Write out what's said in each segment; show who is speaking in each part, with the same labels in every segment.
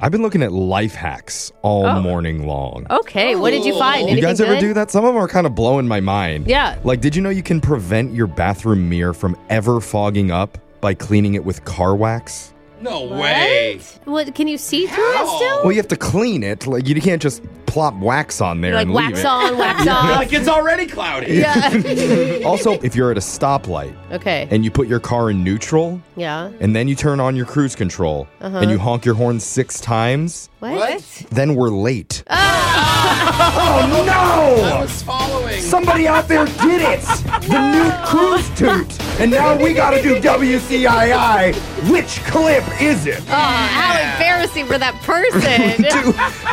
Speaker 1: I've been looking at life hacks all
Speaker 2: Oh.
Speaker 1: morning long.
Speaker 2: Okay, what did you find?
Speaker 1: Oh. You
Speaker 2: Anything
Speaker 1: guys ever
Speaker 2: good?
Speaker 1: do that? Some of them are kind of blowing my mind.
Speaker 2: Yeah.
Speaker 1: Like, did you know you can prevent your bathroom mirror from ever fogging up by cleaning it with car wax?
Speaker 3: No way.
Speaker 2: What? Can you see through it still?
Speaker 1: Well, you have to clean it. Like, you can't just plop wax on there
Speaker 2: Like
Speaker 1: and
Speaker 2: wax
Speaker 1: leave
Speaker 2: on, wax off.
Speaker 3: Like it's already cloudy.
Speaker 2: Yeah.
Speaker 1: it. also, if you're at a stoplight
Speaker 2: okay.
Speaker 1: and you put your car in neutral
Speaker 2: yeah.
Speaker 1: and then you turn on your cruise control
Speaker 2: Uh-huh.
Speaker 1: and you honk your horn six times,
Speaker 2: What?
Speaker 3: What?
Speaker 1: then we're late.
Speaker 2: Ah!
Speaker 1: Oh,
Speaker 3: I was following.
Speaker 1: Somebody out there did it! The new cruise toot! And now we gotta do WCII. Which clip is it?
Speaker 2: Oh, how embarrassing for that person.
Speaker 1: Two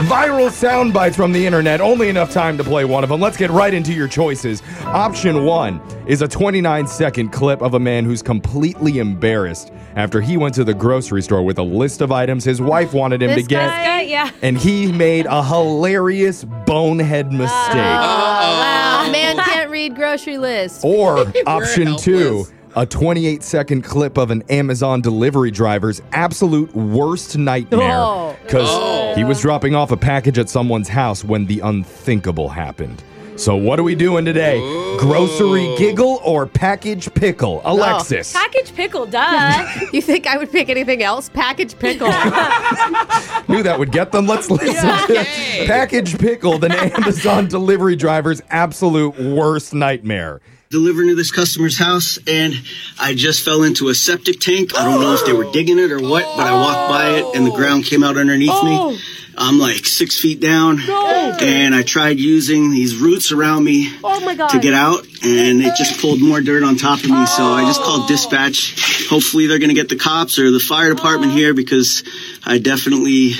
Speaker 1: viral sound bites from the internet. Only enough time to play one of them. Let's get right into your choices. Option one is a 29 second clip of a man who's completely embarrassed after he went to the grocery store with a list of items his wife wanted him
Speaker 2: This
Speaker 1: to get.
Speaker 2: guy?
Speaker 4: yeah.
Speaker 1: And he made a hilarious bonehead mistake.
Speaker 2: Ah. wow, uh, man can't read grocery
Speaker 1: Oh.
Speaker 2: lists.
Speaker 1: Or option two,
Speaker 3: helpless.
Speaker 1: a 28 second clip of an Amazon delivery driver's absolute worst nightmare
Speaker 2: Oh.
Speaker 1: because he was dropping off a package at someone's house when the unthinkable happened. So, what are we doing today? Grocery giggle or package pickle? Alexis.
Speaker 4: Package pickle, duh.
Speaker 2: You think I would pick anything else? Package pickle. oh,
Speaker 1: Knew that would get them. Let's listen to Package Pickle, the Amazon delivery driver's absolute worst nightmare.
Speaker 5: delivering to this customer's house and I just fell into a septic tank. I don't know if they were digging it or what, but I walked by it and the ground came out underneath me. I'm like six feet down and I tried using these roots around me
Speaker 4: Oh
Speaker 2: my God.
Speaker 5: to get out and it just pulled more dirt on top of me. So I just called dispatch. Hopefully they're going to get the cops or the fire department here because I definitely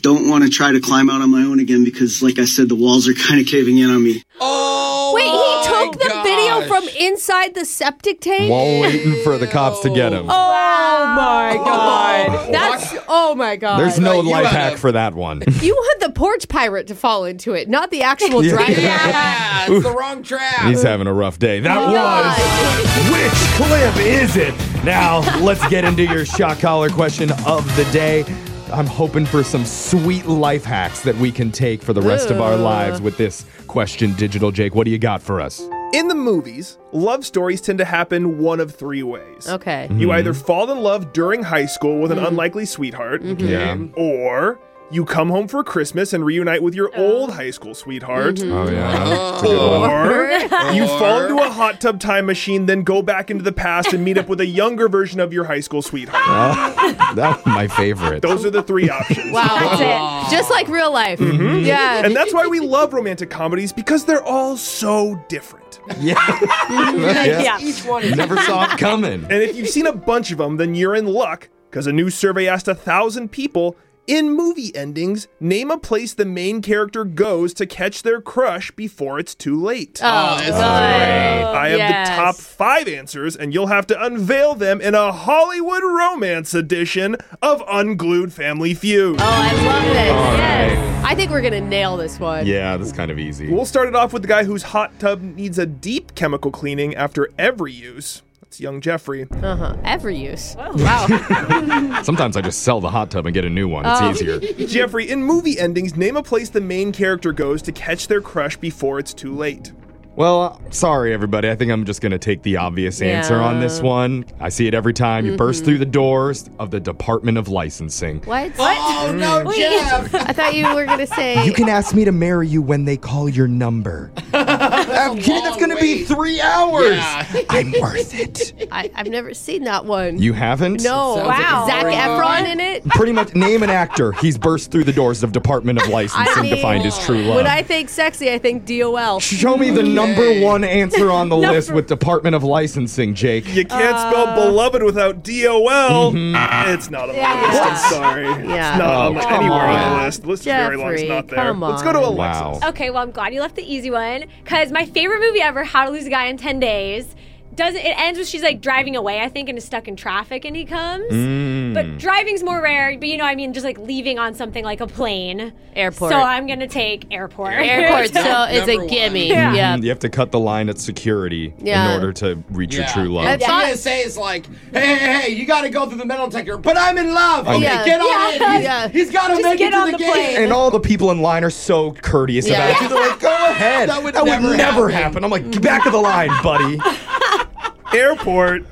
Speaker 5: don't want to try to climb out on my own again because like I said, the walls are kind of caving in on me.
Speaker 3: Oh.
Speaker 2: Wait, he took the
Speaker 3: my
Speaker 2: video
Speaker 3: gosh.
Speaker 2: from inside the septic tank?
Speaker 1: While waiting for the cops to get him.
Speaker 2: Oh my god. That's oh my god.
Speaker 1: There's no
Speaker 3: You
Speaker 1: life
Speaker 3: had
Speaker 1: hack
Speaker 3: a-
Speaker 1: for that one.
Speaker 2: you want the porch pirate to fall into it, not the actual
Speaker 1: Yeah.
Speaker 2: driver.
Speaker 3: Yeah, it's the wrong trap.
Speaker 1: He's having a rough day. That was.
Speaker 2: Uh, God.
Speaker 1: Which clip is it? Now, let's get into your shot collar question of the day. I'm hoping for some sweet life hacks that we can take for the rest of our
Speaker 2: Ooh.
Speaker 1: lives with this question, Digital Jake. What do you got for us?
Speaker 6: In the movies, love stories tend to happen one of three ways.
Speaker 2: Okay.
Speaker 1: Mm-hmm.
Speaker 2: Mm-hmm.
Speaker 6: You either fall in love during high school with an unlikely sweetheart,
Speaker 1: Yeah.
Speaker 6: or you come home for Christmas and reunite with
Speaker 2: Oh.
Speaker 6: your old high school sweetheart.
Speaker 2: Mm-hmm.
Speaker 1: Oh, yeah.
Speaker 6: Or you fall
Speaker 3: Or-
Speaker 6: into a hot tub time machine, then go back into the past and meet up with a younger version of your high school sweetheart.
Speaker 1: That's my favorite.
Speaker 6: Those are the three options.
Speaker 2: Wow.
Speaker 4: That's
Speaker 2: Just like real life. Yeah.
Speaker 6: And that's why we love romantic comedies because they're all so different.
Speaker 1: Yeah. yeah.
Speaker 3: Each one is
Speaker 1: Never saw it coming.
Speaker 6: And if you've seen a bunch of them, then you're in luck, because a new survey asked a thousand people in movie endings name a place the main character goes to catch their crush before it's too late.
Speaker 2: oh,
Speaker 3: that's
Speaker 2: God.
Speaker 6: I have
Speaker 2: yes.
Speaker 6: the top five answers, and you'll have to unveil them in a Hollywood romance edition of Unglued Family Feud.
Speaker 2: Oh, I love this.
Speaker 1: All
Speaker 2: yes. I think we're gonna nail this one.
Speaker 1: Yeah, that's kind of easy.
Speaker 6: We'll start it off with the guy whose hot tub needs a deep chemical cleaning after every use. That's young Jeffrey.
Speaker 2: Uh-huh. Every use.
Speaker 3: Oh.
Speaker 2: Wow.
Speaker 1: Sometimes I just sell the hot tub and get a new one. It's easier.
Speaker 6: Jeffrey, in movie endings, name a place the main character goes to catch their crush before it's too late.
Speaker 1: Well, sorry, everybody. I think I'm just going to take the obvious answer on this one. I see it every time. You burst through the doors of the Department of Licensing.
Speaker 2: what? Mm.
Speaker 3: Oh no, Jeff!
Speaker 2: I thought you were gonna say
Speaker 1: You can ask me to marry you when they call your number. I'm kidding. That's
Speaker 3: long
Speaker 1: going to be
Speaker 3: wait.
Speaker 1: three hours.
Speaker 3: Yeah.
Speaker 1: I'm worth it.
Speaker 2: I, I've never seen that one.
Speaker 1: You haven't?
Speaker 2: no.
Speaker 3: Sounds like
Speaker 4: a
Speaker 2: Zach
Speaker 3: boring
Speaker 2: Efron
Speaker 3: one.
Speaker 2: in it?
Speaker 1: Pretty much name an actor. He's burst through the doors of Department of Licensing to
Speaker 2: mean,
Speaker 1: find his true love.
Speaker 2: When I think sexy, I think DOL.
Speaker 1: Show me the number one answer on the list with Department of Licensing, Jake.
Speaker 6: You can't
Speaker 2: Uh.
Speaker 6: spell beloved without DOL. It's not on my list. I'm sorry.
Speaker 2: Yeah.
Speaker 6: It's not on
Speaker 1: Oh,
Speaker 6: the,
Speaker 1: come
Speaker 6: anywhere on
Speaker 1: on.
Speaker 6: the list. The list is very long. It's
Speaker 2: Jeffrey,
Speaker 6: not there.
Speaker 2: come
Speaker 6: Let's go to
Speaker 2: on.
Speaker 6: Alexis.
Speaker 1: Wow.
Speaker 4: okay, well, I'm glad you left the easy one because my favorite movie ever, How to Lose a Guy in 10 Days, doesn't it ends with she's like driving away, I think, and is stuck in traffic, and he comes.
Speaker 3: Mm.
Speaker 4: But driving's more rare. But you know, I mean, just like leaving on something like a plane.
Speaker 7: Airport.
Speaker 4: So I'm gonna take airport.
Speaker 2: Airport, so
Speaker 3: Number
Speaker 2: it's a
Speaker 3: one.
Speaker 2: gimme.
Speaker 4: Yeah.
Speaker 2: Yeah.
Speaker 1: You have to cut the line at security
Speaker 2: Yeah.
Speaker 1: in order to reach
Speaker 3: Yeah.
Speaker 1: your true love.
Speaker 3: And
Speaker 2: That's-
Speaker 3: the TSA is like, hey, hey, hey, you got to go through the metal detector. But I'm in love. Okay,
Speaker 2: Yeah.
Speaker 3: get on
Speaker 2: Yeah.
Speaker 3: it.
Speaker 2: Yeah.
Speaker 3: He's got to
Speaker 4: Just
Speaker 3: make
Speaker 4: get
Speaker 3: it to
Speaker 4: on
Speaker 3: the,
Speaker 4: the
Speaker 3: gate.
Speaker 4: plane.
Speaker 1: and all the people in line are so courteous
Speaker 2: Yeah.
Speaker 1: about it. They're like, go ahead.
Speaker 3: That would never happen.
Speaker 1: happen. I'm like, get back to the line, buddy.
Speaker 6: Airport.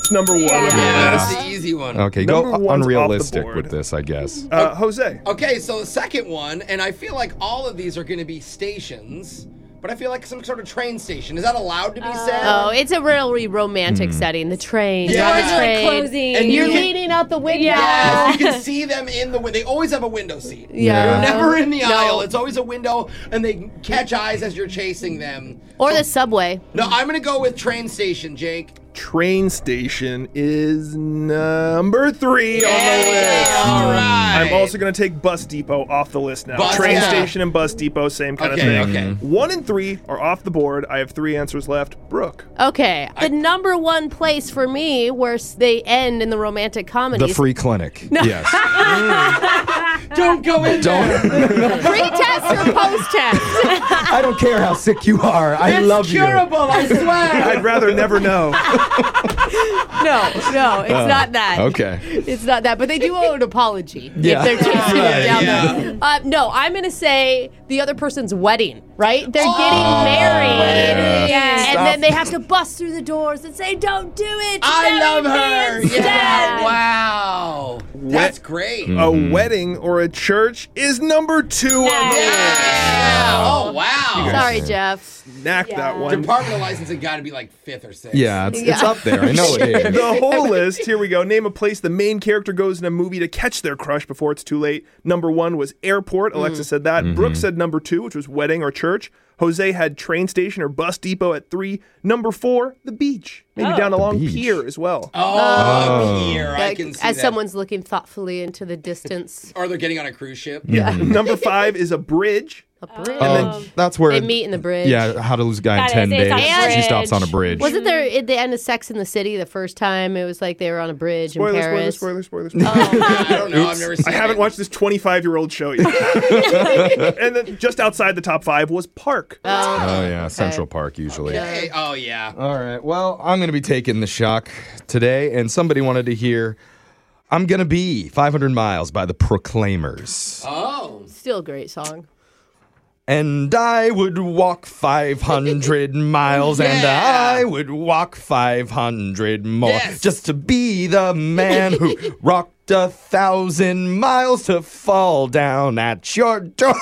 Speaker 6: It's number one.
Speaker 3: Yeah, that's the easy one.
Speaker 1: Okay,
Speaker 6: Number
Speaker 1: go
Speaker 6: one's off the
Speaker 1: unrealistic
Speaker 6: board.
Speaker 1: with this, I guess.
Speaker 6: Uh, Jose.
Speaker 3: Okay, so the second one, and I feel like all of these are going to be stations, but I feel like some sort of train station. Is that allowed to be said?
Speaker 2: Oh, it's a really romantic setting. The train. You're
Speaker 3: Yeah.
Speaker 2: on
Speaker 3: Doors
Speaker 2: the
Speaker 3: are
Speaker 2: train.
Speaker 4: closing.
Speaker 3: And
Speaker 2: You're
Speaker 3: You can-
Speaker 2: leaning out the window.
Speaker 4: Yeah.
Speaker 3: Yes, you can see them in the window. They always have a window seat.
Speaker 2: Yeah.
Speaker 3: They're never in the
Speaker 2: No.
Speaker 3: aisle. It's always a window, and they catch eyes as you're chasing them.
Speaker 2: Or the subway.
Speaker 3: No, I'm going to go with train station, Jake.
Speaker 6: Train station is number three on the list.
Speaker 3: All right.
Speaker 6: I'm also going to take Bus Depot off the list now.
Speaker 3: Bus
Speaker 6: Train
Speaker 3: Depot.
Speaker 6: station and Bus Depot, same kind
Speaker 3: Okay,
Speaker 6: of thing.
Speaker 3: okay.
Speaker 6: One and three are off the board. I have three answers left. Brooke.
Speaker 2: Okay. The number one place for me where s- they end in the romantic
Speaker 1: The
Speaker 2: comedies.
Speaker 1: free clinic. Yes.
Speaker 3: Don't go in there.
Speaker 1: Don't.
Speaker 2: Pre-test or post-test?
Speaker 1: I don't care how sick you are. I
Speaker 3: It's
Speaker 1: love
Speaker 3: curable, I swear.
Speaker 6: I'd rather never know.
Speaker 2: no, no, it's not that.
Speaker 1: you. Okay.
Speaker 2: It's not that, but they do owe an apology
Speaker 1: Yeah.
Speaker 2: if they're chasing
Speaker 1: Right,
Speaker 2: him down
Speaker 3: yeah.
Speaker 2: there. Uh, no, I'm going to say the other person's wedding, right? They're
Speaker 1: Oh,
Speaker 2: getting married.
Speaker 1: yeah.
Speaker 2: And
Speaker 1: Stop.
Speaker 2: then they have to bust through the doors and say, don't do it.
Speaker 3: I
Speaker 2: marry
Speaker 3: love
Speaker 2: me
Speaker 3: her.
Speaker 2: instead."
Speaker 3: Yeah. Wow. That's great.
Speaker 6: a wedding or a church is number two on the list.
Speaker 3: Yeah. Oh, wow.
Speaker 2: Sorry, Jeff.
Speaker 6: Knack that one.
Speaker 3: Department of licensing got to be like fifth or sixth.
Speaker 1: Yeah, it's, it's
Speaker 2: Yeah.
Speaker 1: up there. I know it is.
Speaker 6: the whole list. Here we go. Name a place the main character goes in a movie to catch their crush before it's too late. Number one was airport. Alexa said that. Brooke said number two, which was wedding or church. Jose had train station or bus depot at three. Number four, the beach. Maybe down along
Speaker 1: beach.
Speaker 6: pier as well.
Speaker 3: Oh, here. I
Speaker 2: Like,
Speaker 3: can see
Speaker 2: as
Speaker 3: that.
Speaker 2: someone's looking thoughtfully into the distance.
Speaker 3: Or they're getting on a cruise ship.
Speaker 6: number five is a bridge.
Speaker 2: A bridge.
Speaker 1: Oh, that's where
Speaker 2: they meet in the bridge.
Speaker 1: Yeah, how to lose a guy in
Speaker 4: Gotta
Speaker 1: ten
Speaker 4: say it's
Speaker 1: days.
Speaker 4: on a
Speaker 1: She
Speaker 4: bridge.
Speaker 1: stops on a bridge.
Speaker 2: Wasn't there at the end of Sex in the City the first time? It was like they were on a bridge in
Speaker 6: Spoilers,
Speaker 2: Paris. Oh.
Speaker 6: spoilers, spoilers, spoilers, spoilers.
Speaker 3: I don't know. I've never seen
Speaker 6: I haven't
Speaker 3: it.
Speaker 6: watched this 25 year old show yet. and then just outside the top five was Park.
Speaker 1: oh yeah, Central Park usually.
Speaker 3: Hey, oh, yeah.
Speaker 1: All right. Well, I'm going to be taking the shock today, and somebody wanted to hear I'm going to be 500 miles by the Proclaimers.
Speaker 3: Oh.
Speaker 2: Still a great song.
Speaker 1: And I would walk 500 miles, and
Speaker 3: Yeah.
Speaker 1: I would walk 500 more
Speaker 3: Yes.
Speaker 1: just to be the man who rocked a thousand miles to fall down at your door.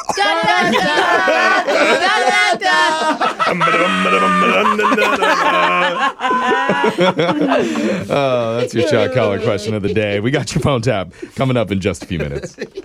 Speaker 1: Oh, that's your shot collar question of the day. We got your phone tap coming up in just a few minutes.